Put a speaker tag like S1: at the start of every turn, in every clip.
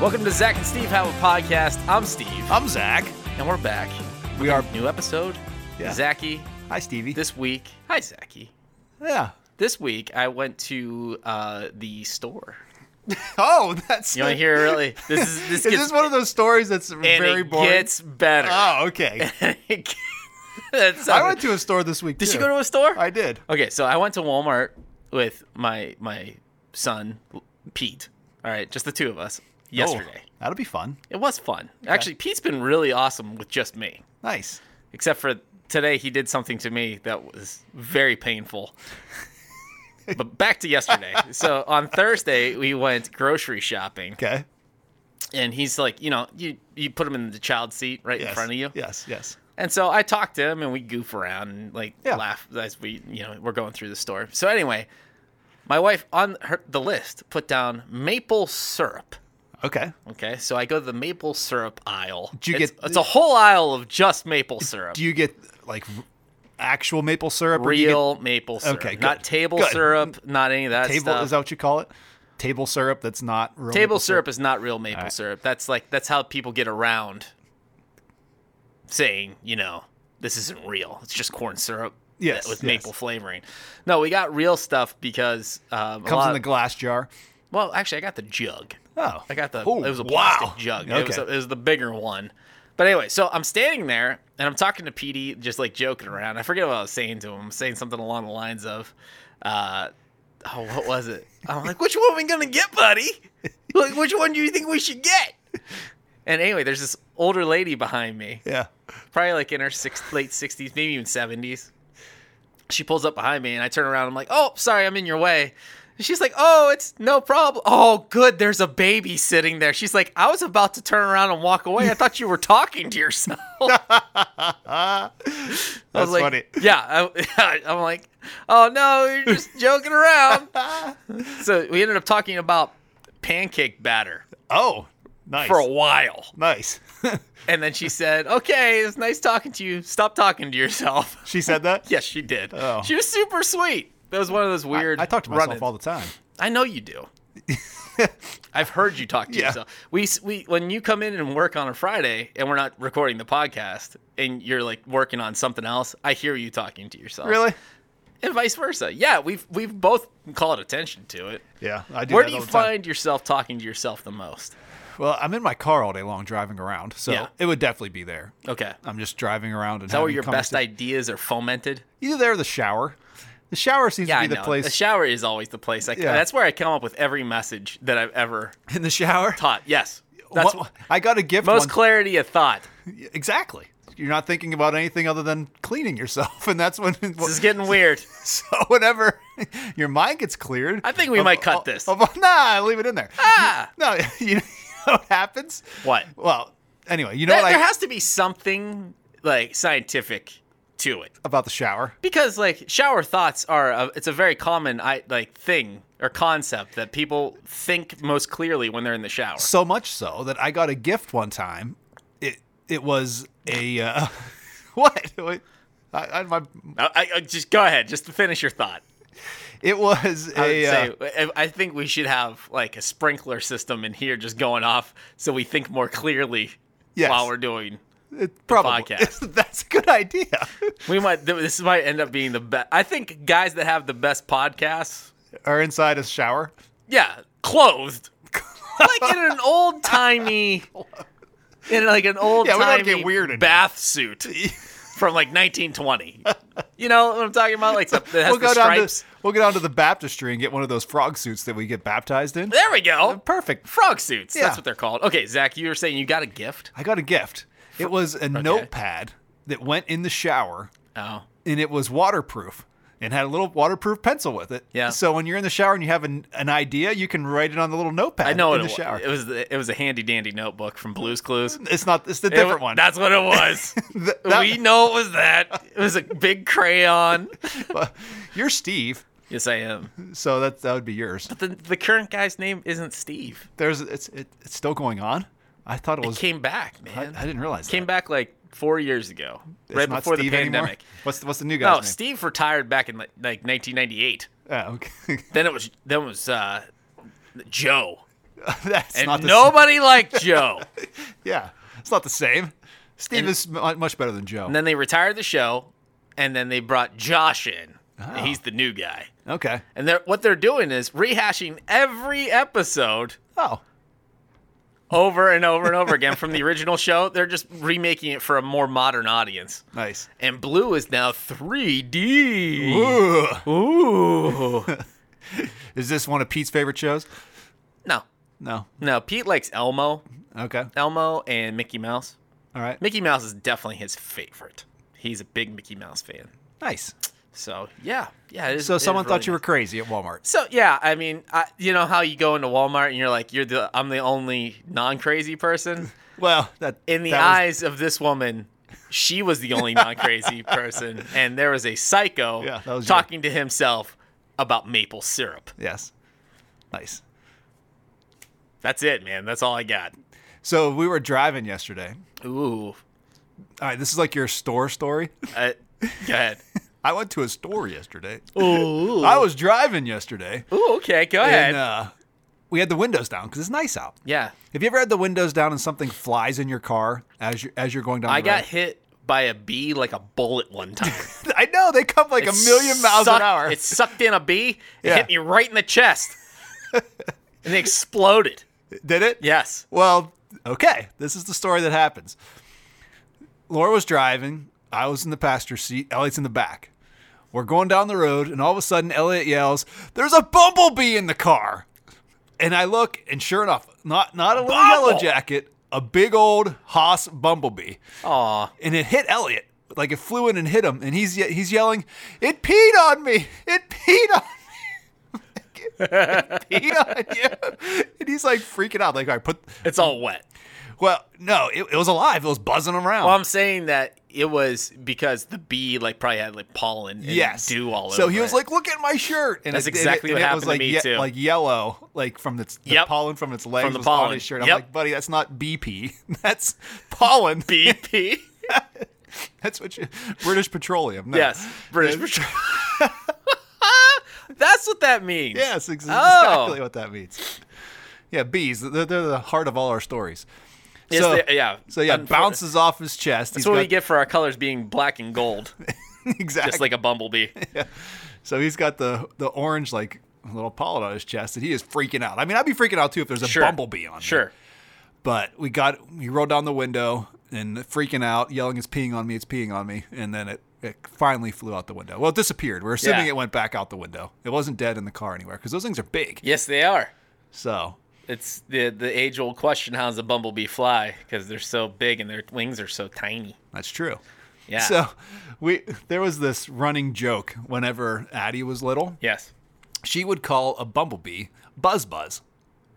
S1: Welcome to Zach and Steve Have a Podcast. I'm Steve,
S2: I'm Zach.
S1: and we're back.
S2: We are.
S1: New episode.
S2: Yeah.
S1: Zachy,
S2: Hi, Stevie.
S1: this week. Hi, Zachy.
S2: yeah.
S1: This week I went to uh, the store.
S2: Oh, that's.
S1: You want to hear it really? This is this
S2: Is
S1: gets
S2: this one of those stories that's
S1: and
S2: very
S1: it
S2: boring?
S1: gets better.
S2: Oh, okay.
S1: It gets- That's
S2: I went to a store this week.
S1: Did
S2: too.
S1: you go to a store?
S2: I did. Oh,
S1: Okay, so I went to Walmart with my my son Pete. All right, just the two of us yesterday.
S2: Oh, that'll be fun.
S1: It was fun. Actually, Pete's been really awesome with just me.
S2: Nice.
S1: Except for today he did something to me that was very painful. but back to yesterday. So on Thursday we went grocery shopping
S2: Okay.
S1: and he's like, you know, you you put him in the child seat right
S2: Yes.
S1: in front of you.
S2: Yes. Yes.
S1: And so I talked to him and we goof around and like
S2: Yeah.
S1: laugh as we, you know, we're going through the store. So anyway, my wife on her, the list put down maple syrup.
S2: Okay.
S1: Okay. So I go to the maple syrup aisle.
S2: Do you
S1: it's,
S2: get-
S1: it's a whole aisle of just maple syrup.
S2: Do you get like r- actual maple syrup? or do you get
S1: Real maple syrup.
S2: Okay, good.
S1: Not table
S2: Good.
S1: syrup, not any of that
S2: table?
S1: stuff.
S2: Is that what you call it? Table syrup that's not real
S1: table
S2: maple
S1: syrup is not real maple syrup. That's like that's how people get around saying, you know, this isn't real. It's just corn syrup.
S2: Yes,
S1: with
S2: yes.
S1: maple flavoring. No, we got real stuff because um, a
S2: Comes
S1: lot
S2: in the glass jar.
S1: well, actually, I got the jug.
S2: Oh.
S1: I got the.
S2: Oh,
S1: it was a
S2: wow.
S1: plastic jug. It, was a,
S2: Okay.
S1: it was the bigger one. But anyway, so I'm standing there and I'm talking to Petey, just like joking around. I forget what I was saying to him. I'm saying something along the lines of, uh, "Oh, what was it?" I'm like, "Which one we gonna get, buddy? Like, which one do you think we should get?" And anyway, there's this older lady behind me,
S2: Yeah.
S1: probably like in her six, late 60s, maybe even 70s. She pulls up behind me and I turn around. I'm like, oh, sorry, I'm in your way. And she's like, oh, it's no problem. Oh, good. There's a baby sitting there. She's like, I was about to turn around and walk away. I thought you were talking to yourself. I
S2: That's
S1: was like,
S2: funny.
S1: Yeah. I, I'm like, oh, no, you're just joking around. so we ended up talking about pancake batter
S2: Oh, nice.
S1: for a while.
S2: nice.
S1: And then she said, okay, it's nice talking to you. Stop talking to yourself.
S2: she said that.
S1: Yes, she did.
S2: Oh.
S1: She was super sweet. That was one of those weird.
S2: I talk to myself
S1: run-ins.
S2: all the time.
S1: I know you do. I've heard you talk to
S2: Yeah.
S1: yourself. We s- we when you come in and work on a Friday and we're not recording the podcast and you're like working on something else, I hear you talking to yourself.
S2: Really?
S1: And vice versa. Yeah, we've we've both called attention to it.
S2: Yeah, I do.
S1: Where
S2: that
S1: do
S2: all
S1: you
S2: the time.
S1: find yourself talking to yourself the most?
S2: Well, I'm in my car all day long driving around, so
S1: Yeah.
S2: it would definitely be there.
S1: Okay.
S2: I'm just driving around and
S1: Is that where
S2: having
S1: your best
S2: conversa-
S1: ideas are fomented?
S2: Either there or the shower. The shower seems
S1: Yeah,
S2: to
S1: I
S2: be the
S1: know.
S2: place.
S1: The shower is always the place. I,
S2: Yeah.
S1: That's where I come up with every message that I've ever
S2: in the shower.
S1: taught. Yes, that's
S2: What- I got a gift.
S1: most
S2: once-
S1: clarity of thought.
S2: exactly. You're not thinking about anything other than cleaning yourself, and that's when.
S1: This is getting weird.
S2: so whenever your mind gets cleared,
S1: I think we might cut this.
S2: Of, nah, leave it in there.
S1: Ah!
S2: No, you know what happens?
S1: What?
S2: Well, anyway, you know
S1: There,
S2: what
S1: there
S2: I
S1: has to be something like scientific to it
S2: about the shower.
S1: because like shower thoughts are a, it's a very common I like thing or concept that people think most clearly when they're in the shower.
S2: So much so that I got a gift one time. It it was a uh, what? Wait, I, I, my,
S1: I, I- I- just go ahead, just finish your thought.
S2: it was
S1: I, would
S2: a uh,
S1: say, I I think we should have like a sprinkler system in here just going off so we think more clearly
S2: Yes.
S1: while we're doing
S2: it, probably
S1: podcast.
S2: that's a good idea.
S1: We might. th- This might end up being the best. I think guys that have the best podcasts,
S2: Or inside a shower.
S1: yeah, clothed, like in an old timey, in like an old
S2: Yeah, we don't
S1: timey
S2: get weird in
S1: bath suit from like 1920. You know what I'm talking about? Like something that has
S2: We'll
S1: the
S2: go down
S1: stripes.
S2: to we'll go down to the baptistry and get one of those frog suits that we get baptized in.
S1: There we go.
S2: Perfect.
S1: Frog suits.
S2: Yeah.
S1: That's what they're called. Okay, Zach, you were saying you got a gift.
S2: I got a gift. It was a notepad that went in the shower
S1: Oh,
S2: and it was waterproof and had a little waterproof pencil with it.
S1: Yeah.
S2: So when you're in the shower and you have an, an idea, you can write it on the little notepad
S1: I know
S2: in
S1: what
S2: the
S1: it,
S2: shower.
S1: was. It was the, it was a handy dandy notebook from Blue's Clues.
S2: it's not. It's the
S1: It
S2: different
S1: wa-
S2: one.
S1: That's what it was.
S2: Th- that-
S1: we know it was that. It was a big crayon.
S2: you're Steve,
S1: Yes, I am.
S2: so that that would be yours.
S1: The, the current guy's name isn't Steve.
S2: There's it's it, it's still going on. I thought it was.
S1: Came back,
S2: I,
S1: man.
S2: I didn't realize
S1: Came
S2: that.
S1: back like four years ago,
S2: It's
S1: right
S2: not
S1: before
S2: Steve
S1: the
S2: anymore?
S1: pandemic.
S2: What's the, what's the new
S1: No,
S2: guy's name?
S1: Steve retired back in like, like 1998.
S2: Oh, okay.
S1: Then it was then it was uh, Joe.
S2: That's not
S1: and
S2: the
S1: nobody liked Joe.
S2: same. Yeah, it's not the same. Steve
S1: And-
S2: is mu- uh, much better than Joe.
S1: And then they retired the show, and then they brought Josh in.
S2: Oh.
S1: He's the new guy.
S2: okay.
S1: And they're, what they're doing is rehashing every episode
S2: Oh,
S1: over and over and over again from the original show. They're just remaking it for a more modern audience.
S2: nice.
S1: And Blue is now 3D.
S2: Ooh.
S1: Ooh.
S2: Is this one of Pete's favorite shows?
S1: no,
S2: No.
S1: no. Pete likes Elmo,
S2: Okay.
S1: Elmo, and Mickey Mouse.
S2: All right.
S1: Mickey Mouse is definitely his favorite. He's a big Mickey Mouse fan.
S2: Nice.
S1: So yeah, yeah. It is, it
S2: So
S1: is
S2: someone
S1: really
S2: thought you were
S1: nice.
S2: crazy at Walmart.
S1: So yeah, I mean, I, you know how you go into Walmart and you're like, you're the I'm the only non-crazy person.
S2: Well, that
S1: In the
S2: that was-
S1: eyes of this woman, she was the only non-crazy person, and there was a psycho
S2: Yeah, that was you.
S1: talking to himself about maple syrup.
S2: Yes. Nice.
S1: That's it, man. That's all I got.
S2: So we were driving yesterday.
S1: Ooh,
S2: All right, this is like your store story.
S1: I, go ahead.
S2: I went to a store yesterday.
S1: Ooh,
S2: I was driving yesterday,
S1: Ooh, okay, go ahead.
S2: and uh, we had the windows down because it's nice out.
S1: yeah,
S2: Have you ever had the windows down and something flies in your car as you're as you're going down?
S1: I
S2: the
S1: got
S2: road?
S1: hit by a bee like a bullet one time.
S2: I know they come like a
S1: It
S2: million miles
S1: sucked-
S2: an hour.
S1: It sucked in a bee. It
S2: Yeah.
S1: hit me right in the chest, and it exploded.
S2: Did it?
S1: Yes.
S2: Well, okay. This is the story that happens. Laura was driving. I was in the passenger seat. Elliot's in the back. We're going down the road, and all of a sudden, Elliot yells, "There's a bumblebee in the car!" And I look, and sure enough, not not a little
S1: Bumble!
S2: yellow jacket, a big old Haas bumblebee,
S1: Aw.
S2: and it hit Elliot. Like it flew in and hit him, and he's ye- he's yelling, "It peed on me! It peed on me!" it peed on you, and he's like freaking out. Like, all right, put
S1: It's all wet.
S2: well, no, it, it was alive. It was buzzing around.
S1: Well, I'm saying that it was because the bee like probably had like pollen and
S2: yes,
S1: dew all over.
S2: So he was
S1: it.
S2: like, "Look at my shirt," and
S1: That's
S2: it, and
S1: exactly
S2: it,
S1: what
S2: and it
S1: happened
S2: was
S1: to
S2: like
S1: me,
S2: ye-
S1: too.
S2: like yellow, like from its the
S1: Yep.
S2: pollen from its legs
S1: From the
S2: was on
S1: pollen.
S2: his shirt. I'm
S1: Yep.
S2: like, buddy, that's not BP, that's pollen.
S1: BP.
S2: That's what you British Petroleum. No.
S1: yes, British Petroleum. That's what that means.
S2: Yes, ex-
S1: Oh.
S2: exactly what that means. Yeah, bees. They're, they're the heart of all our stories.
S1: Yes,
S2: so,
S1: they- yeah.
S2: So yeah,
S1: Unfor-
S2: bounces off his chest.
S1: That's what we get for our colors being black and gold,
S2: exactly.
S1: just like a bumblebee.
S2: So he's got the the orange like little pollen on his chest, and he is freaking out. I mean, I'd be freaking out too if there's a
S1: Sure.
S2: bumblebee on me.
S1: Sure.
S2: But we got we rolled down the window and freaking out, yelling, "It's peeing on me! It's peeing on me!" And then it it finally flew out the window. Well, it disappeared. We're assuming
S1: Yeah.
S2: it went back out the window. It wasn't dead in the car anywhere because those things are big.
S1: Yes, they are.
S2: So
S1: It's the the age old question: How's a bumblebee fly? Because they're so big and their wings are so tiny.
S2: that's true.
S1: Yeah.
S2: So we there was this running joke whenever Addie was little.
S1: yes,
S2: She would call a bumblebee buzz buzz.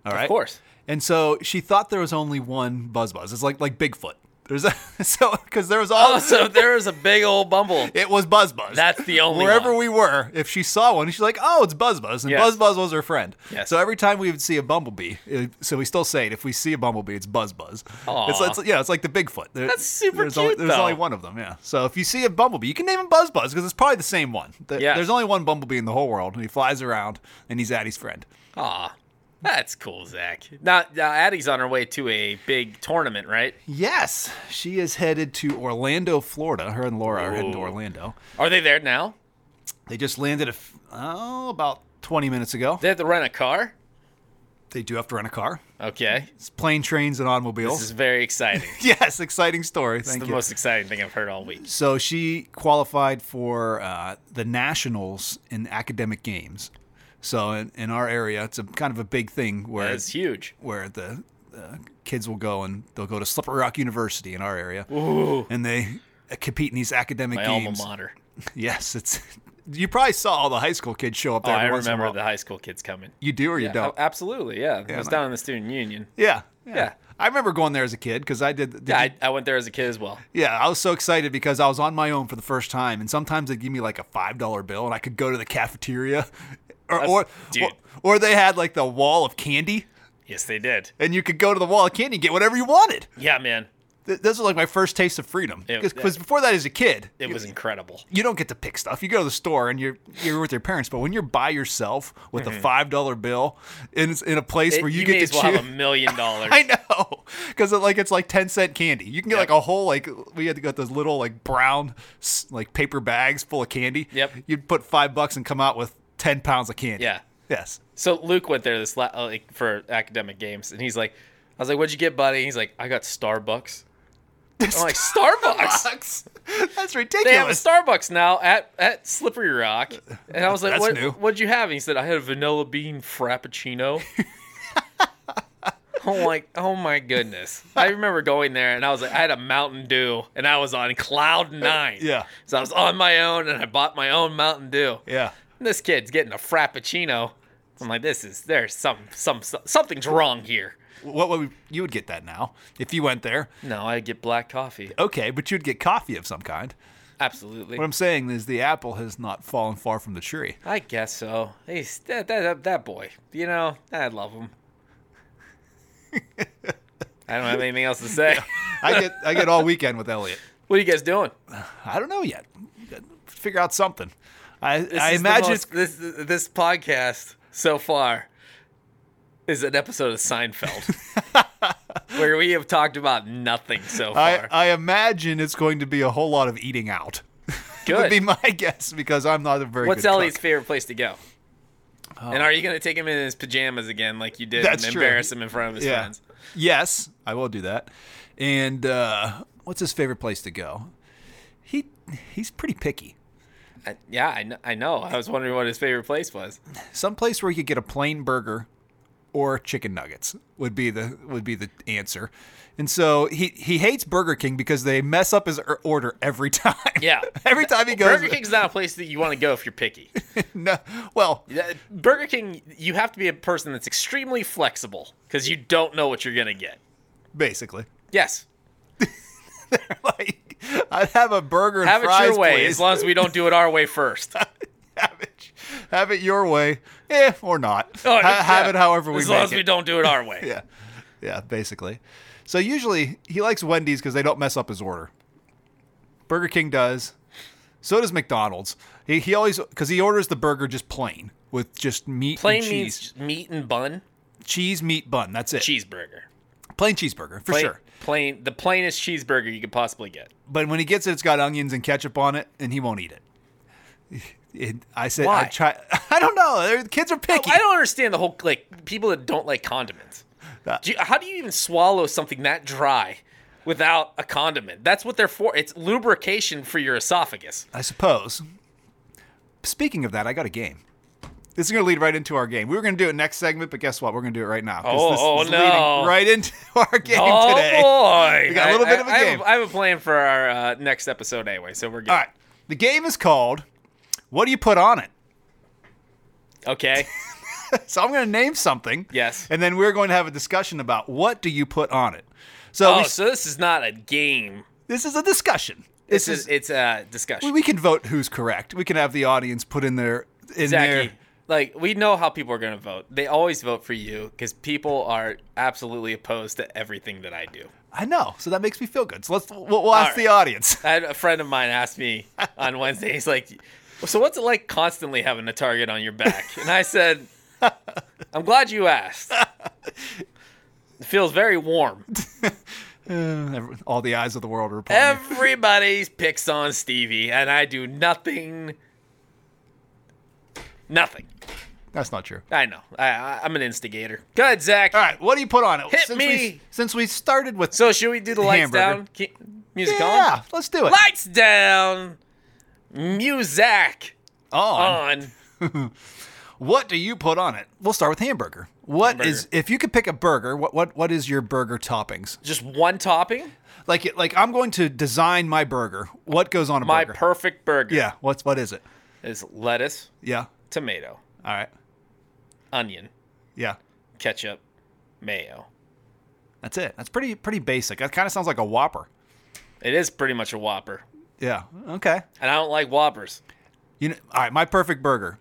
S2: All right.
S1: of course.
S2: And so she thought there was only one Buzz Buzz. It's like like Bigfoot. There's a, so because there was all
S1: Oh, so there is a big old bumble.
S2: it was Buzz Buzz.
S1: That's the only
S2: wherever
S1: one.
S2: we were. If she saw one, she's like, "Oh, it's Buzz Buzz," and
S1: Yes.
S2: Buzz Buzz was her friend.
S1: Yes.
S2: So every time we would see a bumblebee, it, so we still say it. If we see a bumblebee, it's Buzz Buzz.
S1: Aw.
S2: It's, it's yeah, it's like the Bigfoot. There-
S1: That's super
S2: there's Only,
S1: cute,
S2: there's
S1: though.
S2: only one of them. Yeah. So if you see a bumblebee, you can name him Buzz Buzz because it's probably the same one. There-
S1: Yeah.
S2: There's only one bumblebee in the whole world, and he flies around, and he's Addie's friend.
S1: Aw, that's cool, Zach. Now, now Addie's on her way to a big tournament, right?
S2: Yes, she is headed to Orlando, Florida. Her and Laura are heading to
S1: Ooh.
S2: Orlando.
S1: Are they there now?
S2: They just landed a f- oh, about 20 minutes ago.
S1: They have to rent a car.
S2: They do have to rent a car.
S1: Okay,
S2: It's plane, trains, and
S1: this
S2: automobiles.
S1: is very exciting.
S2: yes, exciting story.
S1: It's
S2: Thank
S1: the
S2: you.
S1: most exciting thing I've heard all week.
S2: so she qualified for uh, the nationals in academic games. So in, in our area, it's a kind of a big thing where
S1: That's huge.
S2: where the uh, kids will go and they'll go to Slippery Rock University in our area,
S1: Ooh,
S2: and they uh, compete in these academic
S1: my
S2: games.
S1: alma mater.
S2: Yes, it's. You probably saw all the high school kids show up
S1: Oh,
S2: there.
S1: I
S2: every once in a
S1: remember
S2: while.
S1: the high school kids coming.
S2: You do or you
S1: Yeah,
S2: don't?
S1: absolutely. Yeah, I was
S2: like-
S1: down in the student union.
S2: yeah, yeah,
S1: Yeah.
S2: I remember going there as a kid because I did. did
S1: Yeah,
S2: you-
S1: I, I went there as a kid as well.
S2: yeah, I was so excited because I was on my own for the first time, and sometimes they'd give me like a five dollar bill, and I could go to the cafeteria, or or,
S1: dude.
S2: or or they had like the wall of candy,
S1: Yes, they did.
S2: and you could go to the wall of candy and get whatever you wanted.
S1: Yeah, man.
S2: Th- those are like my first taste of freedom.
S1: It-
S2: Because before that, as a kid,
S1: It was incredible.
S2: you don't get to pick stuff. You go to the store and you're you're with your parents, but when you're by yourself with a five dollar bill and it's in a place
S1: Mm-hmm. It-
S2: where you,
S1: you
S2: get
S1: may
S2: to
S1: as well
S2: choose,
S1: have a million dollars.
S2: I know, because it, like it's like ten cent candy. You can get
S1: Yep.
S2: like a whole like we had to get those little like brown s- like paper bags full of candy.
S1: Yep.
S2: You'd put five bucks and come out with ten pounds of candy.
S1: Yeah.
S2: Yes.
S1: So Luke went there this la- uh, like for academic games, and he's like, "I was like, what'd you get, buddy?" He's like, "I got Starbucks." I'm like, "Starbucks?
S2: Bucks.
S1: They
S2: That's
S1: have a
S2: ridiculous.
S1: Starbucks now at at Slippery Rock." And I was like,
S2: That's
S1: "What?
S2: new.
S1: What'd you have?" And he said, "I had a vanilla bean frappuccino." I'm like, "Oh my goodness!" I remember going there, and I was like, "I had a Mountain Dew, and I was on cloud nine.
S2: Yeah.
S1: so I was on my own, and I bought my own Mountain Dew.
S2: yeah.
S1: And this kid's getting a frappuccino. I'm like, this is there's some some something's wrong here.
S2: What would we, you would get that now if you went there?
S1: No, I get black coffee.
S2: Okay, but you'd get coffee of some kind.
S1: Absolutely.
S2: What I'm saying is the apple has not fallen far from the tree.
S1: I guess so. He's that that that, that boy. You know, I love him. I don't have anything else to say.
S2: I get I get all weekend with Elliot.
S1: What are you guys doing?
S2: I don't know yet. Figure out something. I
S1: This
S2: I
S1: is the
S2: imagine
S1: most- this this podcast so far is an episode of Seinfeld. where we have talked about nothing so
S2: I,
S1: far.
S2: I imagine it's going to be a whole lot of eating out.
S1: Good.
S2: would be my guess because I'm not a very
S1: What's
S2: good cook.
S1: Ellie's favorite place to go? and are you going to take him in his pajamas again, like you did,
S2: That's
S1: and
S2: true.
S1: embarrass him in front of his
S2: Yeah.
S1: friends?
S2: Yes, I will do that. And uh, what's his favorite place to go? He he's pretty picky.
S1: I, yeah, I know, I know. I was wondering what his favorite place was.
S2: someplace where you could get a plain burger or chicken nuggets would be the would be the answer. And so he he hates Burger King because they mess up his er- order every time.
S1: Yeah.
S2: every time he goes.
S1: Burger King's not a place that you want to go if you're picky.
S2: No, well,
S1: Yeah, Burger King, you have to be a person that's extremely flexible because you don't know what you're going to get.
S2: basically,
S1: Yes,
S2: like I'd have a burger and
S1: have it
S2: fries,
S1: your way
S2: please.
S1: as long as we don't do it our way first. Oh,
S2: have it, have it your way, eh, or not.
S1: Oh,
S2: Ha- have
S1: yeah.
S2: it however we
S1: As
S2: make
S1: long as
S2: it.
S1: we don't do it our way.
S2: yeah, yeah, basically. So usually he likes Wendy's because they don't mess up his order. Burger King does. So does McDonald's. He, he always because he orders the burger just plain with just meat,
S1: Plain
S2: and
S1: means
S2: cheese,
S1: just meat and bun,
S2: cheese, meat, bun. That's it.
S1: cheeseburger.
S2: Plain cheeseburger for
S1: Plain,
S2: sure.
S1: plain, the plainest cheeseburger you could possibly get.
S2: But when he gets it, it's got onions and ketchup on it, and he won't eat it. It- I said I
S1: Why?
S2: try. I don't know. They're- The kids are picky.
S1: I don't understand the whole like people that don't like condiments. Do you- how do you even swallow something that dry without a condiment? That's what they're for. It's lubrication for your esophagus.
S2: I suppose. Speaking of that, I got a game. This is going to lead right into our game. We were going to do it next segment, but guess what? We're going to do it right now. 'cause
S1: Oh,
S2: this
S1: oh,
S2: is leading
S1: no.
S2: Right into our game
S1: oh
S2: today.
S1: boy,
S2: We got a little
S1: I-
S2: bit of a
S1: I- I have
S2: game.
S1: I have a plan for our uh, next episode anyway, so we're good.
S2: All right. The game is called What Do You Put On It?
S1: Okay.
S2: So I'm going to name something.
S1: Yes.
S2: And then we're going to have a discussion about what do you put on it. So,
S1: Oh,
S2: we-
S1: so this is not a game.
S2: this is a discussion.
S1: This is it's a
S2: we-
S1: discussion.
S2: we can vote who's correct. We can have the audience put in their in
S1: Zachy,
S2: their
S1: like we know how people are going to vote. They always vote for you because people are absolutely opposed to everything that I do.
S2: I know. So that makes me feel good. So let's we'll, we'll ask
S1: right.
S2: the audience.
S1: I had a friend of mine asked me on Wednesday, he's like, So what's it like constantly having a target on your back? And I said, I'm glad you asked. It feels very warm.
S2: Uh, every- all the eyes of the world are upon me.
S1: Everybody picks on Stevie, and I do nothing. Nothing.
S2: That's not true.
S1: I know. I, I, I'm an instigator. Go ahead, Zach.
S2: All right, what do you put on it?
S1: Hit
S2: since
S1: me.
S2: We, since we started with
S1: So, should we do the lights
S2: Hamburger.
S1: down? Keep, music
S2: yeah,
S1: on?
S2: let's do it.
S1: Lights down! Music
S2: on.
S1: on.
S2: What do you put on it? We'll start with hamburger. What is
S1: Hamburger.
S2: if you could pick a burger? What what what is your burger toppings?
S1: Just one topping?
S2: Like it- like I'm going to design my burger. What goes on a
S1: My
S2: burger?
S1: perfect burger
S2: yeah. What's what is it?
S1: is lettuce,
S2: Yeah.
S1: tomato,
S2: All right.
S1: onion,
S2: Yeah.
S1: ketchup, mayo.
S2: That's it. That's pretty pretty basic. That kind of sounds like a Whopper.
S1: It is pretty much a Whopper,
S2: Yeah. Okay.
S1: and I don't like Whoppers.
S2: You know, all right. My perfect burger.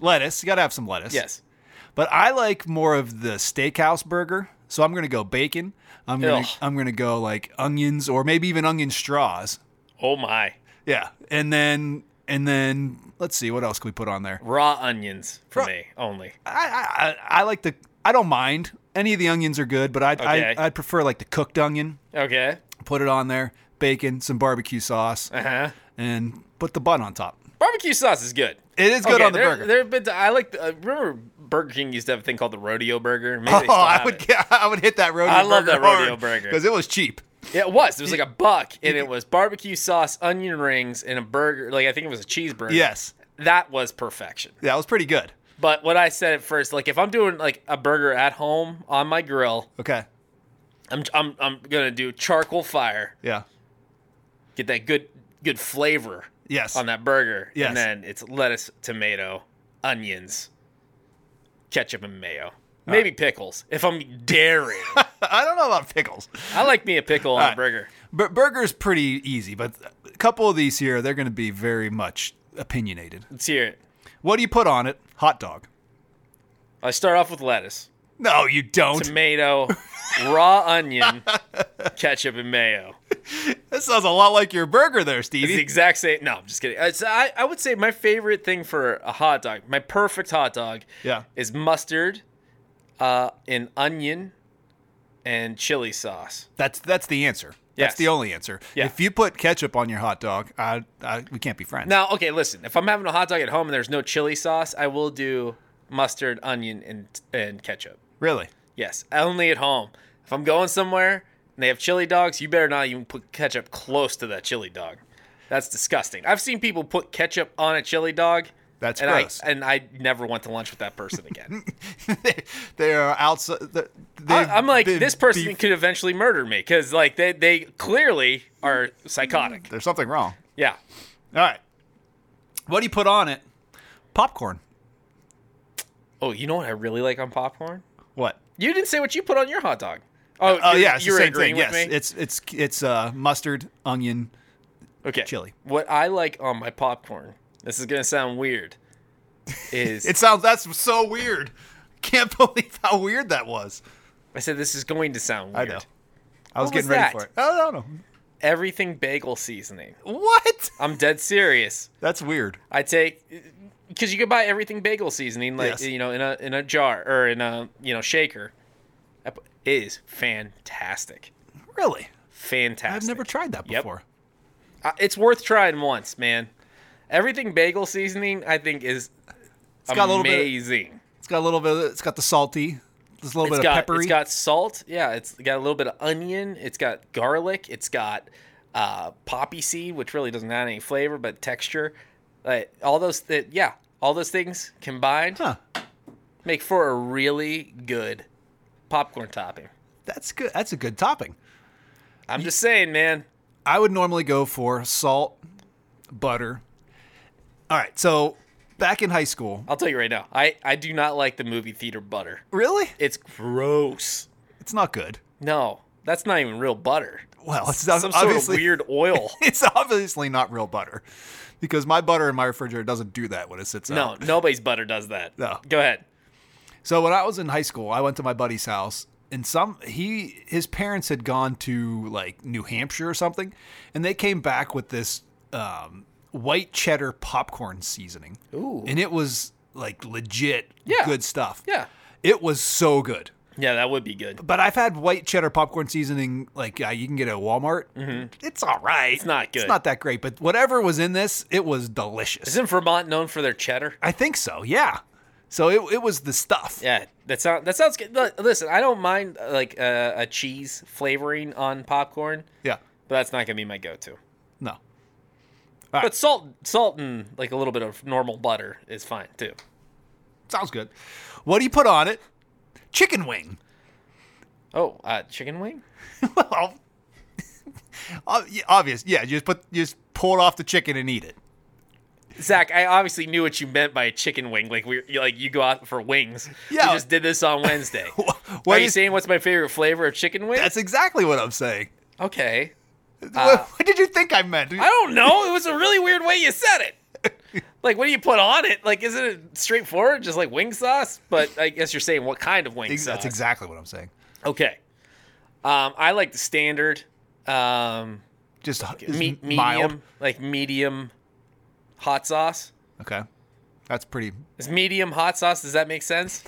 S2: Lettuce. You got to have some lettuce.
S1: Yes,
S2: But I like more of the steakhouse burger. So I'm gonna go bacon. I'm gonna
S1: Ugh.
S2: I'm gonna go like onions or maybe even onion straws.
S1: Oh my.
S2: Yeah, and then and then let's see what else can we put on there.
S1: Raw onions for
S2: Raw-
S1: me only.
S2: I I, I I like the I don't mind any of the onions are good, but I
S1: Okay.
S2: I I'd prefer like the cooked onion.
S1: Okay.
S2: Put it on there, bacon, some barbecue sauce,
S1: Uh huh.
S2: and put the bun on top.
S1: Barbecue sauce is good.
S2: It is good
S1: Okay,
S2: on the
S1: there,
S2: burger.
S1: There have been. I like. The, uh, remember Burger King used to have a thing called the rodeo burger. Maybe they
S2: Oh,
S1: still have
S2: I would
S1: It.
S2: get, I would hit that rodeo.
S1: I love
S2: burger
S1: that rodeo
S2: hard,
S1: burger.
S2: because it was cheap.
S1: Yeah, it was. It was like a buck, and it was barbecue sauce, onion rings, and a burger. Like I think it was a cheeseburger.
S2: Yes,
S1: that was perfection.
S2: that was pretty good.
S1: But what I said at first, like if I'm doing like a burger at home on my grill,
S2: Okay,
S1: I'm I'm I'm gonna do charcoal fire,
S2: yeah,
S1: get that good good flavor
S2: yes,
S1: on that burger,
S2: Yes.
S1: and then it's lettuce, tomato, onions, ketchup, and mayo. Maybe pickles if I'm daring.
S2: I don't know about pickles.
S1: I like me a pickle on
S2: Alright.
S1: a burger.
S2: Bur- burger's pretty easy, but a couple of these here they're going to be very much opinionated.
S1: Let's hear it.
S2: What do you put on it? Hot dog.
S1: I start off with lettuce,
S2: No, you don't.
S1: tomato, raw onion, ketchup, and mayo.
S2: That sounds a lot like your burger there,
S1: It's the
S2: Stevie.
S1: exact same. No, I'm just kidding. It's, I, I would say my favorite thing for a hot dog, my perfect hot dog,
S2: Yeah.
S1: is mustard, uh, an onion, and chili sauce.
S2: That's that's the answer. That's
S1: Yes.
S2: the only answer.
S1: Yeah.
S2: If you put ketchup on your hot dog, I, I, we can't be friends.
S1: Now, okay, listen. If I'm having a hot dog at home and there's no chili sauce, I will do mustard, onion, and and ketchup.
S2: Really?
S1: Yes, only at home. If I'm going somewhere and they have chili dogs, you better not even put ketchup close to that chili dog. That's disgusting. I've seen people put ketchup on a chili dog.
S2: That's
S1: and
S2: gross.
S1: I, and I never went to lunch with that person again.
S2: they, they are outside. they're- they've
S1: I, am like,
S2: been
S1: this person
S2: beef-
S1: could eventually murder me because, like, they, they clearly are psychotic.
S2: There's something wrong.
S1: Yeah.
S2: All right. What do you put on it? Popcorn.
S1: Oh, you know what I really like on popcorn?
S2: What?
S1: You didn't say what you put on your hot dog. Oh,
S2: Oh
S1: you're-
S2: yeah, it's
S1: you
S2: the
S1: were
S2: same
S1: agreeing
S2: thing. Yes,
S1: with me.
S2: it's it's it's uh, mustard, onion.
S1: okay.
S2: chili.
S1: What I like on my popcorn. This is gonna sound weird. Is
S2: It sounds that's so weird. Can't believe how weird that was.
S1: I said this is going to sound weird.
S2: I know. I was
S1: What
S2: getting
S1: was
S2: ready
S1: that?
S2: for it. I don't know.
S1: Everything bagel seasoning.
S2: What?
S1: I'm dead serious.
S2: That's weird.
S1: I take because you can buy everything bagel seasoning, like
S2: Yes.
S1: you know, in a in a jar or in a you know shaker. I pu- It is fantastic,
S2: Really?
S1: fantastic.
S2: I've never tried that
S1: Yep.
S2: before.
S1: I- It's worth trying once, man. Everything bagel seasoning, I think, is amazing.
S2: got a little bit- It's got a little bit. Of, it's got the salty. There's a little
S1: it's
S2: bit
S1: got
S2: of peppery.
S1: it's got salt. Yeah, it's got a little bit of onion. It's got garlic. It's got uh, poppy seed, which really doesn't add any flavor but texture. Like all those, th- yeah, all those things combined
S2: huh.
S1: make for a really good popcorn topping.
S2: That's good. That's a good topping.
S1: I'm just saying, man.
S2: I would normally go for salt, butter. All right. So back in high school,
S1: I'll tell you right now, I I do not like the movie theater butter.
S2: really,
S1: It's gross.
S2: it's not good.
S1: No, that's not even real butter.
S2: Well, it's
S1: Some sort of
S2: obviously
S1: weird oil.
S2: it's obviously not real butter because my butter in my refrigerator doesn't do that when it sits out.
S1: no, nobody's butter does that.
S2: No.
S1: Go ahead.
S2: So when I was in high school, I went to my buddy's house and some he his parents had gone to like New Hampshire or something and they came back with this um, white cheddar popcorn seasoning.
S1: Ooh.
S2: And it was like legit
S1: Yeah.
S2: good stuff.
S1: Yeah.
S2: It was so good.
S1: Yeah, that would be good.
S2: But I've had white cheddar popcorn seasoning, like uh, you can get it at Walmart. It's all right. It's
S1: Mm-hmm. not
S2: It's
S1: good.
S2: not that great. But whatever was in this, it was delicious.
S1: Isn't Vermont known for their cheddar?
S2: I think so. Yeah. So it, it was the stuff.
S1: Yeah, that sounds that sounds good. Li- Listen, I don't mind uh, like uh, a cheese flavoring on popcorn,
S2: yeah.
S1: but that's not gonna be my go-to.
S2: No.
S1: But salt, salt, and like a little bit of normal butter is fine too.
S2: Sounds good. What do you put on it? Chicken wing.
S1: Oh, uh, chicken wing?
S2: well, ob- yeah, obvious. Yeah, you just put you just pull it off the chicken and eat it.
S1: Zach, I obviously knew what you meant by a chicken wing. Like we, you- like you go out for wings.
S2: Yeah.
S1: we just did this on Wednesday.
S2: What
S1: Are you
S2: is-
S1: saying what's my favorite flavor of chicken wing?
S2: That's exactly what I'm saying.
S1: okay.
S2: what, what did you think I meant?
S1: Uh, I don't know. It was a really weird way you said it. Like, what do you put on it? Like, isn't it straightforward? Just like wing sauce? But I guess you're saying what kind of wing
S2: Ex-
S1: sauce?
S2: That's exactly what I'm saying.
S1: Okay. Um, I like the standard, um,
S2: Just is
S1: me- medium,
S2: mild.
S1: like medium hot sauce.
S2: Okay, that's pretty.
S1: Is medium hot sauce? Does that make sense?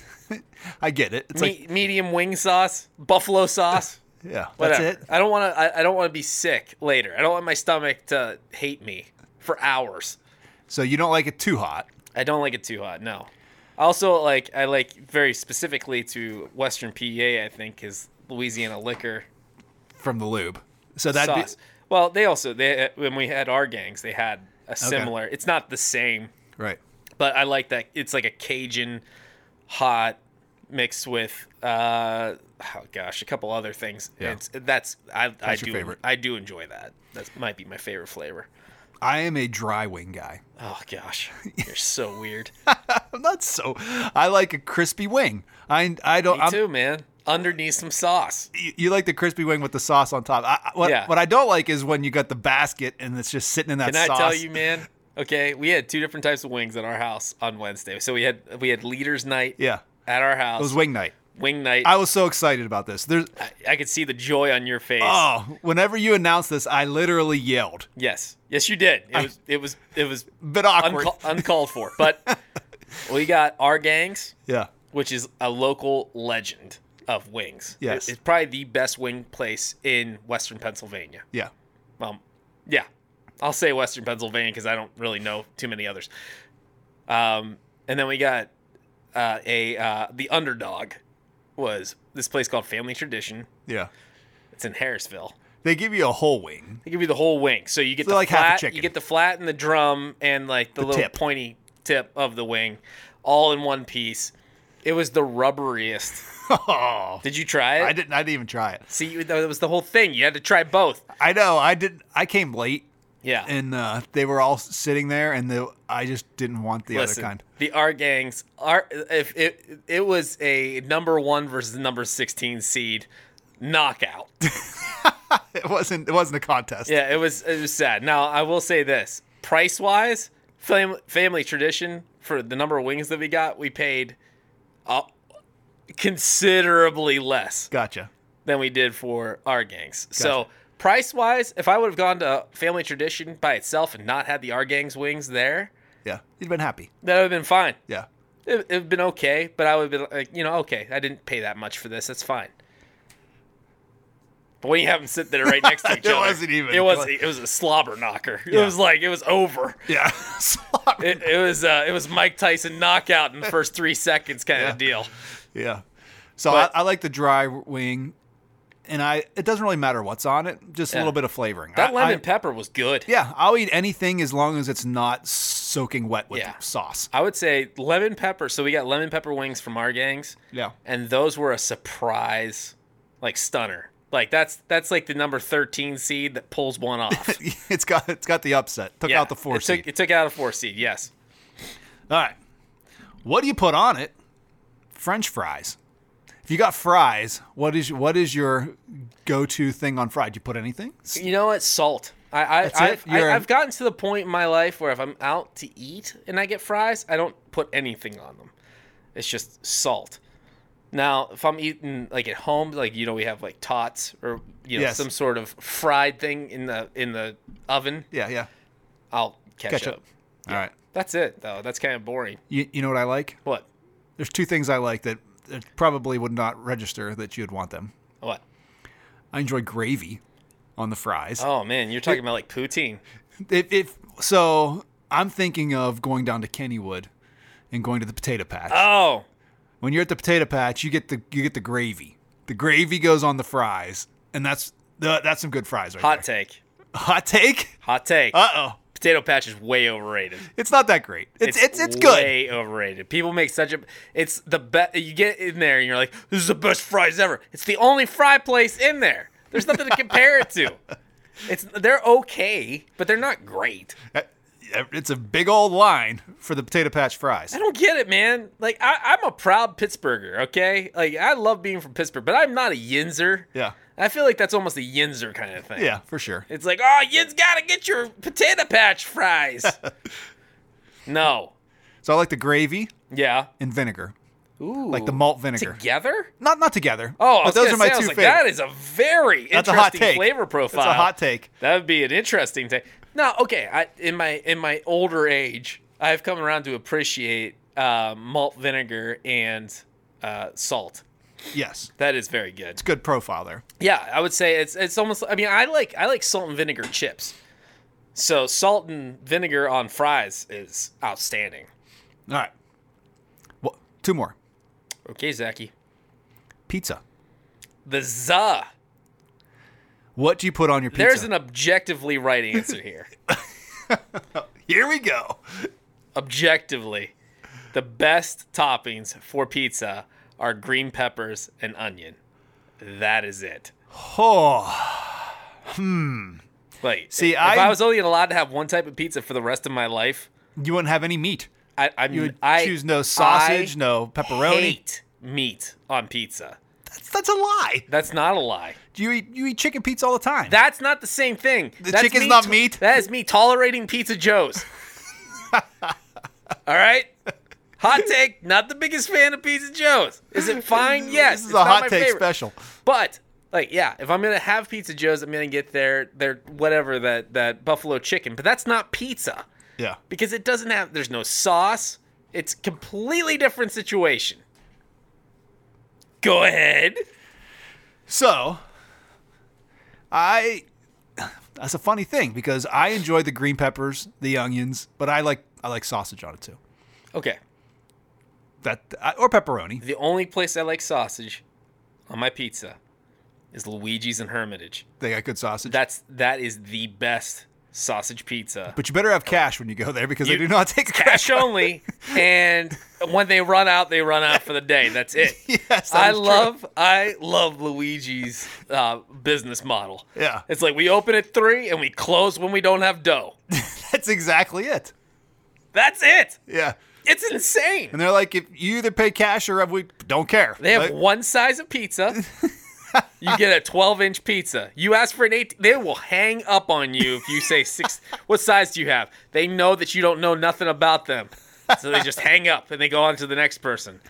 S2: I get it. It's like
S1: Me- medium wing sauce, buffalo sauce.
S2: yeah, that's
S1: Whatever.
S2: it.
S1: I don't want to. I, I don't want to be sick later. I don't want my stomach to hate me for hours.
S2: So you don't like it too hot.
S1: I don't like it too hot. No. Also, like I like very specifically to Western PA. I think is Louisiana liquor
S2: from the lube. So that'd
S1: sauce. well, they also they uh, when we had our gangs, they had a similar. It's not the same,
S2: be right.
S1: but I like that. It's like a Cajun hot mixed with uh oh gosh, a couple other things.
S2: Yeah.
S1: It's, that's I I
S2: That's
S1: do
S2: your favorite.
S1: I do enjoy that. That might be my favorite flavor.
S2: I am a dry wing guy.
S1: Oh gosh, you're so weird.
S2: I'm not so. I like a crispy wing. I I don't.
S1: Me
S2: I'm,
S1: too, man. Underneath some sauce.
S2: you- You like the crispy wing with the sauce on top. I, I- what,
S1: Yeah.
S2: what I don't like is when you got the basket and it's just sitting in that
S1: Can I
S2: sauce.
S1: tell you, man? Okay, we had two different types of wings at our house on Wednesday. So we had we had leaders night
S2: Yeah,
S1: at our
S2: it
S1: house.
S2: was wing night.
S1: wing night.
S2: I was so excited about this. There's
S1: I could see the joy on your face.
S2: oh, whenever you announced this, I literally yelled.
S1: Yes, yes, you did. It was it was it was
S2: Bit awkward.
S1: unca- uncalled for. But we got our gangs,
S2: yeah,
S1: which is a local legend of wings.
S2: Yes.
S1: It- it's probably the best wing place in Western Pennsylvania.
S2: yeah.
S1: Um, yeah, I'll say Western Pennsylvania because I don't really know too many others. Um, and then we got uh, a uh, the underdog was this place called Family Tradition.
S2: Yeah,
S1: It's in Harrisville.
S2: they give you a whole wing.
S1: They give you the whole wing. So you get
S2: So
S1: the
S2: like half a
S1: flat,
S2: chicken.
S1: you get the flat and the drum and like the, little
S2: tip.
S1: pointy tip of the wing, all in one piece. It was the rubberiest.
S2: Oh,
S1: Did you try it?
S2: I didn't. I didn't even try it.
S1: See, you- that was the whole thing. You had to try both.
S2: I know. I didn't. I came late.
S1: Yeah.
S2: and uh, they were all sitting there, and the, I just didn't want the
S1: Listen,
S2: other kind.
S1: the R gangs are if it it was a number one versus number sixteen seed knockout.
S2: It wasn't. It wasn't a contest.
S1: Yeah, it was it was sad. Now I will say this: price wise, fam- family tradition for the number of wings that we got, we paid uh, considerably less
S2: Gotcha.
S1: than we did for our gangs. So price wise, if I would have gone to family tradition by itself and not had the R gangs wings there,
S2: Yeah, you'd been happy.
S1: that would have been fine.
S2: Yeah,
S1: It would have been okay, but I would have been like, you know, okay, I didn't pay that much for this. That's fine. But when you have them sit there right next to each
S2: It
S1: other,
S2: wasn't even-
S1: It was. It was a slobber knocker. It
S2: Yeah.
S1: was like it was over.
S2: yeah. Slobber.
S1: It, it was. Uh, it was Mike Tyson knockout in the first three seconds kind
S2: Yeah.
S1: of deal.
S2: yeah. So
S1: But-
S2: I, I like the dry wing, and I it doesn't really matter what's on it, just a
S1: Yeah.
S2: little bit of flavoring.
S1: That
S2: I-
S1: lemon
S2: I-
S1: pepper was good.
S2: yeah, I'll eat anything as long as it's not soaking wet with
S1: Yeah.
S2: sauce.
S1: I would say lemon pepper. So we got lemon pepper wings from our gangs.
S2: Yeah.
S1: and those were a surprise, like stunner. Like that's that's like the number thirteen seed that pulls one off.
S2: It's got it's got the upset. Took
S1: Yeah,
S2: out the four
S1: it took,
S2: seed.
S1: It took out a four seed. Yes.
S2: All right. What do you put on it? French fries. If you got fries, what is what is your go-to thing on fried? Do you put anything? S-
S1: You know what? Salt. I, I,
S2: That's it?
S1: I've,
S2: You're-
S1: I, I've gotten to the point in my life where if I'm out to eat and I get fries, I don't put anything on them. It's just salt. Now, if I'm eating like at home, like you know, we have like tots or you know
S2: Yes.
S1: some sort of fried thing in the in the oven.
S2: Yeah, yeah.
S1: I'll catch,
S2: Ketchup.
S1: up.
S2: All right.
S1: That's it though. That's kind of boring.
S2: You you know what I like?
S1: What?
S2: There's two things I like that, that probably would not register that you'd want them.
S1: What?
S2: I enjoy gravy on the fries.
S1: Oh man, you're talking about like poutine.
S2: If, if so, I'm thinking of going down to Kennywood and going to the potato patch.
S1: Oh,
S2: when you're at the potato patch, you get the you get the gravy. The gravy goes on the fries, and that's the, that's some good fries right
S1: hot
S2: there.
S1: take.
S2: Hot take?
S1: Hot take.
S2: Uh oh,
S1: Potato patch is way overrated.
S2: it's not that great. It's it's it's, good.
S1: Way overrated. People make such a. It's the best. You get in there and you're like, this is the best fries ever. It's the only fry place in there. There's nothing to compare it to. It's they're okay, but they're not great.
S2: Uh, It's a big old line for the potato patch fries.
S1: I don't get it, man. Like I, I'm a proud Pittsburgher. Okay, like I love being from Pittsburgh, but I'm not a Yinzer.
S2: Yeah,
S1: I feel like that's almost a Yinzer kind of thing.
S2: yeah, for sure.
S1: It's like, oh, you gotta get your potato patch fries. no.
S2: So I like the gravy
S1: Yeah.
S2: and vinegar.
S1: Ooh.
S2: like the malt vinegar.
S1: together.
S2: not not together.
S1: Oh, I
S2: but
S1: was
S2: those
S1: gonna
S2: are my
S1: say, I
S2: two
S1: was like,
S2: favorites.
S1: That is a very
S2: That's a hot
S1: interesting
S2: take.
S1: flavor profile.
S2: That's a hot take.
S1: That would be an interesting take. No, okay. I, in my in my older age, I've come around to appreciate uh, malt vinegar and uh, salt.
S2: Yes,
S1: That is very good.
S2: good profile there.
S1: Yeah, I would say it's it's almost. I mean, I like I like salt and vinegar chips. So salt and vinegar on fries is outstanding.
S2: All right, well, two more.
S1: Okay, Zachy.
S2: Pizza.
S1: The za.
S2: What do you put on your pizza?
S1: There's an objectively right answer here.
S2: Here we go.
S1: objectively, the best toppings for pizza are green peppers and onion. That is it.
S2: Oh,
S1: Like,
S2: See,
S1: if
S2: I-
S1: I was only allowed to have one type of pizza for the rest of my life,
S2: you wouldn't have any meat.
S1: I, I
S2: You would
S1: I,
S2: choose no sausage,
S1: I
S2: no pepperoni.
S1: hate meat on pizza.
S2: That's, that's a lie.
S1: That's not a lie.
S2: You eat you eat chicken pizza all the time.
S1: That's not the same thing.
S2: The
S1: That's
S2: chicken's
S1: me
S2: not
S1: to-
S2: meat?
S1: That is me tolerating Pizza Joe's. All right. Hot take. Not the biggest fan of Pizza Joe's. Is it fine? Yes.
S2: this is
S1: it's
S2: a
S1: not
S2: hot
S1: my
S2: take
S1: favorite.
S2: special.
S1: But like, yeah, if I'm gonna have Pizza Joe's, I'm gonna get their their whatever that that buffalo chicken. But that's not pizza
S2: Yeah.
S1: because it doesn't have. There's no sauce. It's completely different situation. Go ahead.
S2: So, I that's a funny thing because I enjoy the green peppers, the onions, but I like I like sausage on it too.
S1: Okay.
S2: That I- or pepperoni.
S1: The only place I like sausage on my pizza is Luigi's and Hermitage.
S2: They got good sausage.
S1: That's that is the best sausage pizza.
S2: but you better have cash when you go there because they
S1: You-
S2: do not take cash.
S1: Cash only, and when they run out, they run out for the day. That's it.
S2: Yes, that
S1: I
S2: is true.
S1: love I love Luigi's uh, business model.
S2: Yeah.
S1: it's like we open at three and we close when we don't have dough.
S2: That's exactly it.
S1: That's it.
S2: Yeah.
S1: It's insane.
S2: And they're like, if you either pay cash or we don't care.
S1: They have
S2: Like,
S1: one size of pizza. You get a 12 inch pizza. You ask for an 8, they will hang up on you if you say six. what size do you have? They know that you don't know nothing about them. So they just hang up and they go on to the next person.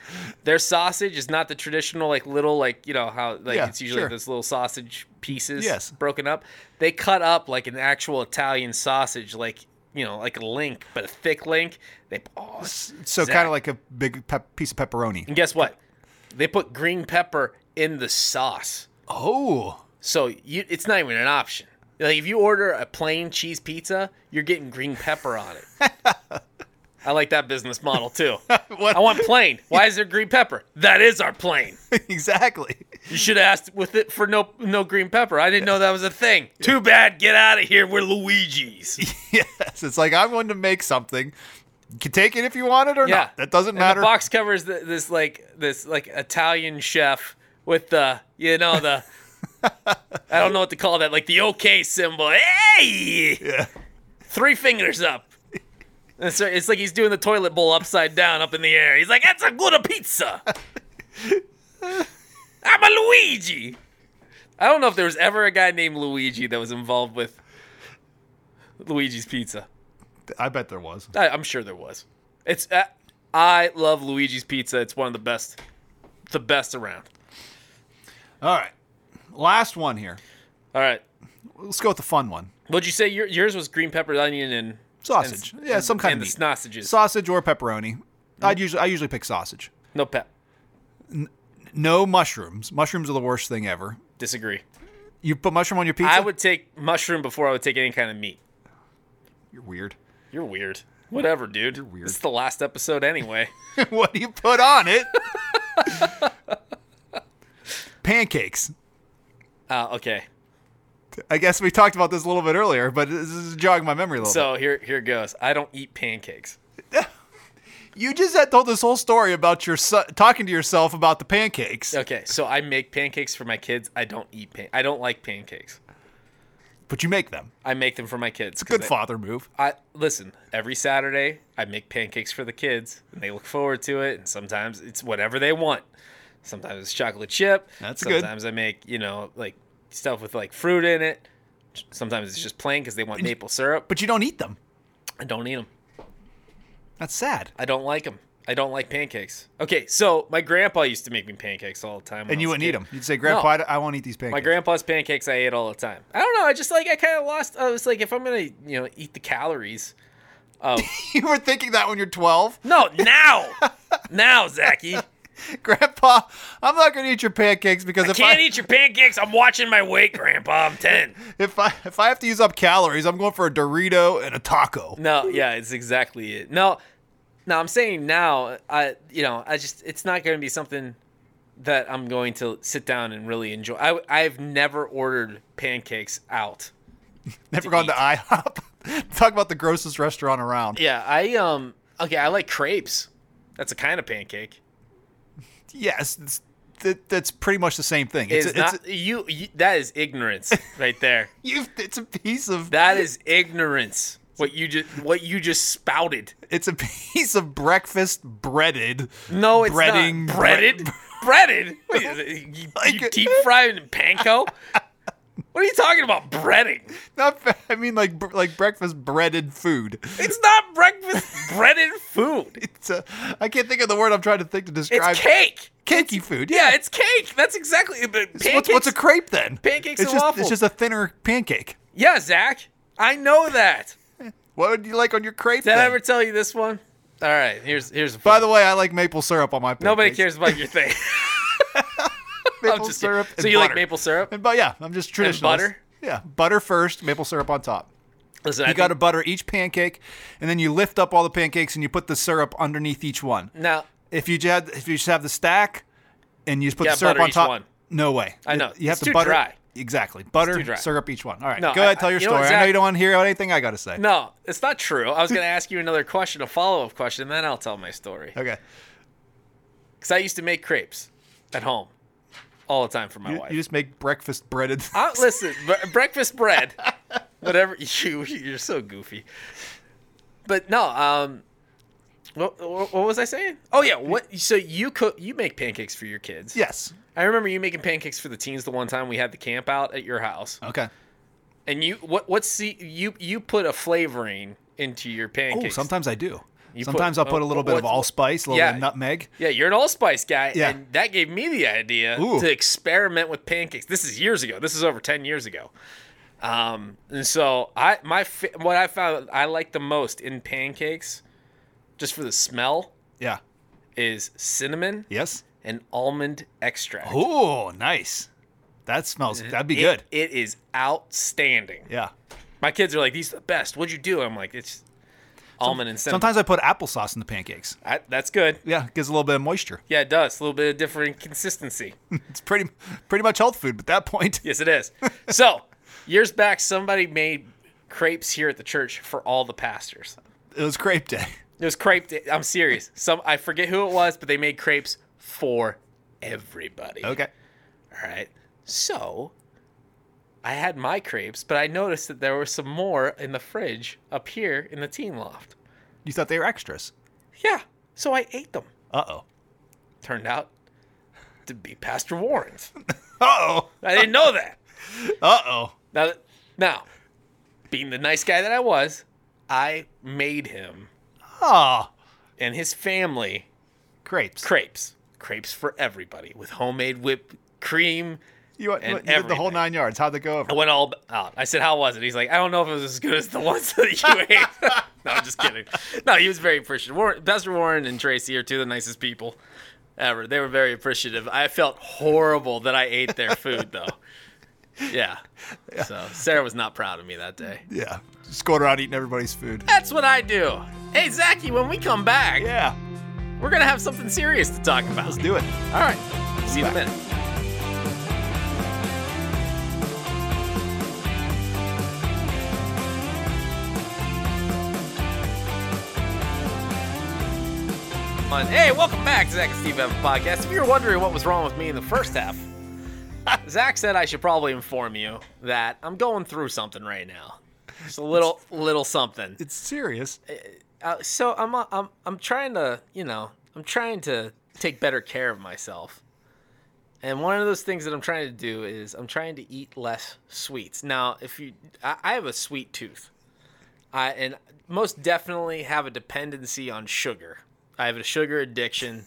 S1: Their sausage is not the traditional, like little, like, you know, how like
S2: Yeah,
S1: it's usually
S2: sure.
S1: those little sausage pieces
S2: Yes.
S1: broken up. They cut up like an actual Italian sausage, like, you know, like a link, but a thick link. They, oh, it's
S2: so
S1: Zach.
S2: kind of like a big pep- piece of pepperoni.
S1: and guess what? They put green pepper in the sauce.
S2: Oh,
S1: So you, it's not even an option. Like if you order a plain cheese pizza, you're getting green pepper on it. I like that business model too.
S2: What-
S1: I want plain. Why is there green pepper? That is our plain.
S2: exactly.
S1: You should have asked with it for no no green pepper. I didn't know that was a thing. Too bad. Get out of here. We're Luigi's.
S2: Yes, it's like I'm going to make something. You can take it if you want it or
S1: Yeah,
S2: not. That doesn't
S1: And
S2: matter.
S1: The box covers th this like this like Italian chef with the you know the I don't know what to call that like the OK symbol. Hey,
S2: Yeah.
S1: three fingers up. And so it's like he's doing the toilet bowl upside down up in the air. He's like, "That's a good pizza." I'm a Luigi. I don't know if there was ever a guy named Luigi that was involved with Luigi's Pizza.
S2: I bet there was.
S1: I, I'm sure there was. It's uh, I love Luigi's Pizza. It's one of the best, the best around.
S2: All right. Last one here.
S1: All right,
S2: Let's go with the fun one.
S1: what'd you say? Your, yours was green pepper, onion, and
S2: Sausage. yeah, some kind
S1: and
S2: of
S1: the Mm-hmm.
S2: meat.
S1: sausages.
S2: sausage or pepperoni. I'd usually I usually pick sausage.
S1: no pep.
S2: No mushrooms. Mushrooms are the worst thing ever.
S1: Disagree.
S2: You put mushroom on your pizza?
S1: I would take mushroom before I would take any kind of meat.
S2: You're weird.
S1: You're weird. Whatever, dude. You're
S2: weird.
S1: It's the last episode anyway.
S2: what do you put on it? Pancakes.
S1: uh, okay.
S2: I guess we talked about this a little bit earlier, but this is jogging my memory a little
S1: So here, here goes. I don't eat pancakes.
S2: bit. You just had told this whole story about your so- talking to yourself about the pancakes,
S1: Okay, so I make pancakes for my kids. I don't eat pan. I don't like pancakes.
S2: but you make them.
S1: I make them for my kids. 'cause
S2: Good
S1: I-
S2: father move.
S1: I listen every Saturday. I make pancakes for the kids, and they look forward to it. And sometimes it's whatever they want. Sometimes it's chocolate chip.
S2: That's good.
S1: sometimes I make you know like stuff with like fruit in it. Sometimes it's just plain because they want maple syrup.
S2: But you don't eat them.
S1: I don't eat them.
S2: That's sad.
S1: I don't like them. I don't like pancakes. Okay, so my grandpa used to make me pancakes all the time. when
S2: And
S1: I
S2: you
S1: was a
S2: wouldn't eat
S1: kid.
S2: them. You'd say, Grandpa,
S1: No.
S2: I d- I won't eat these pancakes.
S1: My grandpa's pancakes I ate all the time. I don't know. I just like I kind of lost. I was like, if I'm gonna you know eat the calories,
S2: you were thinking that when you're 12?
S1: no, now, now, Zachy,
S2: Grandpa, I'm not going to eat your pancakes because if,
S1: can't
S2: I,
S1: eat your pancakes. I'm watching my weight, Grandpa. I'm ten.
S2: if, I, if I have to use up calories, I'm going for a Dorito and a taco.
S1: No, yeah, it's exactly it. No, no, I'm saying now. I, you know, I just it's not going to be something that I'm going to sit down and really enjoy. I, I've never ordered pancakes out.
S2: Never gone to
S1: eat.
S2: IHOP. Talk about the grossest restaurant around.
S1: Yeah, I um. Okay, I like crepes. That's a kind of pancake.
S2: Yes, it's, that, that's pretty much the same thing.
S1: It's,
S2: It's, a- it's,
S1: not you, you. That is ignorance right there.
S2: a- you've- it's a piece of
S1: That is ignorance. What you just what you just spouted.
S2: it's a piece of breakfast breaded.
S1: No, it's
S2: Breading,
S1: not.
S2: bre-
S1: Breaded? breaded? What is it? You, you
S2: Like-
S1: deep frying in panko? what are you talking about? Breading?
S2: Not fa- I mean like br- like breakfast breaded food.
S1: It's not breakfast breaded food.
S2: It's a, I can't think of the word I'm trying to think to
S1: It's
S2: describe.
S1: cake.
S2: Cakey food.
S1: Yeah, it's cake. That's exactly but
S2: So What's,
S1: pancakes.
S2: what's a crepe then?
S1: pancakes and
S2: it's just,
S1: waffles.
S2: It's just a thinner pancake.
S1: yeah, Zach. I know that.
S2: What would you like on your crepe?
S1: Did I
S2: then?
S1: ever tell you this one? All right, here's here's a
S2: By the way, I like maple syrup on my pancakes.
S1: Nobody cares about your thing.
S2: Maple
S1: I'm just kidding.
S2: syrup. And
S1: So you like
S2: butter.
S1: maple syrup?
S2: And, but yeah, I'm just traditional.
S1: butter?
S2: Yeah, butter first, maple syrup on top.
S1: Listen, I
S2: You got to
S1: think-
S2: butter each pancake, and then you lift up all the pancakes and you put the syrup underneath each one.
S1: now
S2: If you just have, if you just have the stack, and you just put
S1: Yeah,
S2: the syrup
S1: butter
S2: on
S1: each
S2: top,
S1: one.
S2: no way.
S1: I know.
S2: You, you have
S1: It's
S2: to
S1: too
S2: butter.
S1: dry.
S2: Exactly, butter,
S1: too dry.
S2: syrup each one. All right,
S1: No,
S2: go
S1: I-
S2: ahead, tell
S1: I-
S2: your
S1: you know
S2: story.
S1: what,
S2: I know
S1: Zach-
S2: you don't want to hear anything I got to say.
S1: No, it's not true. I was going to ask you another question, a follow up question, and then I'll tell my story.
S2: Okay,
S1: Because I used to make crepes at home all the time for my
S2: you,
S1: wife.
S2: you just make breakfast breaded.
S1: I, listen, bre- breakfast bread, whatever. You, you're so goofy. But no, um, what, what what was I saying? Oh yeah, what? So you cook, you make pancakes for your kids.
S2: yes.
S1: I remember you making pancakes for the teens the one time we had the camp out at your house,
S2: Okay.
S1: and you what what's the, you you put a flavoring into your
S2: Oh,
S1: pancakes.
S2: sometimes I do.
S1: You put- oh,
S2: sometimes I'll put a little bit of
S1: what's-
S2: allspice, a little
S1: yeah.
S2: bit of nutmeg.
S1: Yeah, you're an allspice guy,
S2: Yeah.
S1: and that gave me the idea
S2: Ooh.
S1: to experiment with pancakes. This is years ago. This is over ten years ago. Um, and so I my fa- what I found I like the most in pancakes, just for the smell,
S2: Yeah.
S1: is cinnamon
S2: Yes.
S1: and almond extract.
S2: Oh, nice. That smells. That'd be
S1: It-
S2: good.
S1: It is outstanding.
S2: Yeah.
S1: My kids are like, "These are the best." What'd you do? I'm like, "It's almond and cinnamon."
S2: Sometimes I put applesauce in the pancakes.
S1: I, that's good.
S2: Yeah, it gives a little bit of moisture.
S1: Yeah, it does. A little bit of different consistency.
S2: It's pretty pretty much health food at that point.
S1: Yes, it is. So, years back, somebody made crepes here at the church for all the pastors.
S2: It was crepe day.
S1: It was crepe. Day. I'm serious. Some I forget who it was, but they made crepes for everybody.
S2: Okay.
S1: All right. So, I had my crepes, but I noticed that there were some more in the fridge up here in the teen loft.
S2: You thought they were extras.
S1: Yeah. So I ate them.
S2: Uh oh.
S1: Turned out to be Pastor Warren's.
S2: Uh oh.
S1: I didn't know that.
S2: Uh oh.
S1: Now, now, being the nice guy that I was, I made him
S2: Ah,
S1: and his family
S2: crepes.
S1: crepes, crepes for everybody with homemade whipped cream.
S2: you went-
S1: and
S2: you did the whole
S1: everything.
S2: nine yards. How'd they go
S1: I
S2: over?
S1: went all out. I said, "How was it?" He's like, "I don't know if it was as good as the ones that you ate." no, I'm just kidding. No, he was very appreciative. Warren, Pastor Warren and Tracy are two of the nicest people ever. They were very appreciative. I felt horrible that I ate their food though. Yeah. So Sarah was not proud of me that day.
S2: Yeah. Just going around eating everybody's food.
S1: That's what I do. Hey, Zachy, when we come back,
S2: Yeah.
S1: we're going to have something serious to talk about.
S2: Let's do it.
S1: All right. See you in a minute. Fun. Hey, welcome back to Zach and Steve Evan Podcast. If you're wondering what was wrong with me in the first half, Zach said I should probably inform you that I'm going through something right now. Just a little, little something
S2: It's serious.
S1: uh, so I'm uh, I'm I'm trying to you know I'm trying to take better care of myself, and one of those things that I'm trying to do is I'm trying to eat less sweets. Now, if you, I, I have a sweet tooth, I and most definitely have a dependency on sugar. I have a sugar addiction.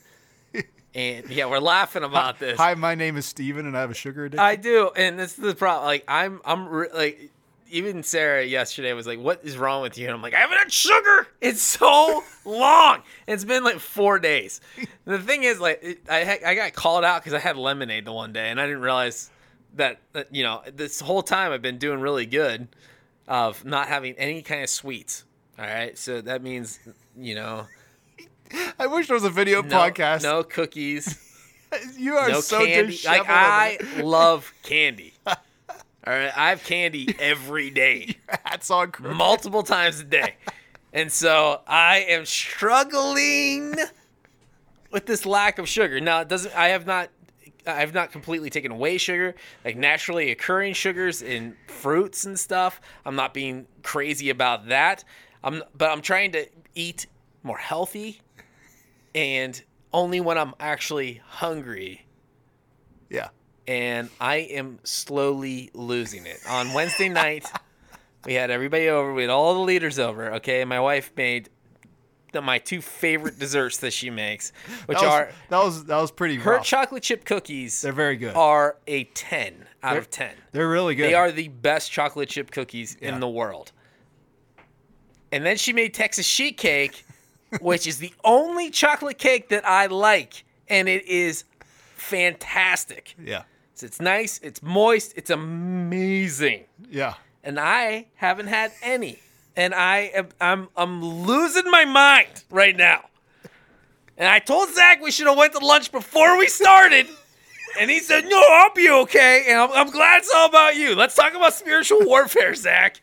S1: And yeah, we're laughing about this.
S2: Hi, my name is Steven and I have a sugar addiction.
S1: I do, and this is the problem. Like I'm, I'm re- like, even Sarah yesterday was like, "What is wrong with you?" And I'm like, "I haven't had sugar. It's so long. It's been like four days." the thing is, like, it, I ha- I got called out because I had lemonade the one day, and I didn't realize that, that you know this whole time I've been doing really good of not having any kind of sweets. All right, so that means you know,
S2: I wish there was a video
S1: no,
S2: podcast.
S1: no cookies.
S2: You are
S1: no
S2: so
S1: candy.
S2: disheveled.
S1: Like I love candy. All right, I have candy every day,
S2: Hats on crooked.
S1: multiple times a day, and so I am struggling with this lack of sugar. Now, it doesn't I have not. I've not completely taken away sugar, like naturally occurring sugars in fruits and stuff. I'm not being crazy about that. I'm, but I'm trying to eat more healthy, and only when I'm actually hungry
S2: Yeah.
S1: and I am slowly losing it. On Wednesday night, we had everybody over, we had all the leaders over, okay? And my wife made the, my two favorite desserts that she makes, which
S2: That was,
S1: are
S2: that was that was pretty
S1: her
S2: rough.
S1: chocolate chip cookies
S2: They're very good.
S1: are a 10 out of 10.
S2: They're really good.
S1: They are the best chocolate chip cookies
S2: Yeah.
S1: in the world. And then she made Texas sheet cake, which is the only chocolate cake that I like, and it is fantastic.
S2: Yeah.
S1: So it's nice, it's moist, it's amazing.
S2: Yeah.
S1: And I haven't had any. And I am I'm I'm losing my mind right now. And I told Zach we should have went to lunch before we started. And he said, No, I'll be okay. And I'm, I'm glad it's all about you. Let's talk about spiritual warfare, Zach.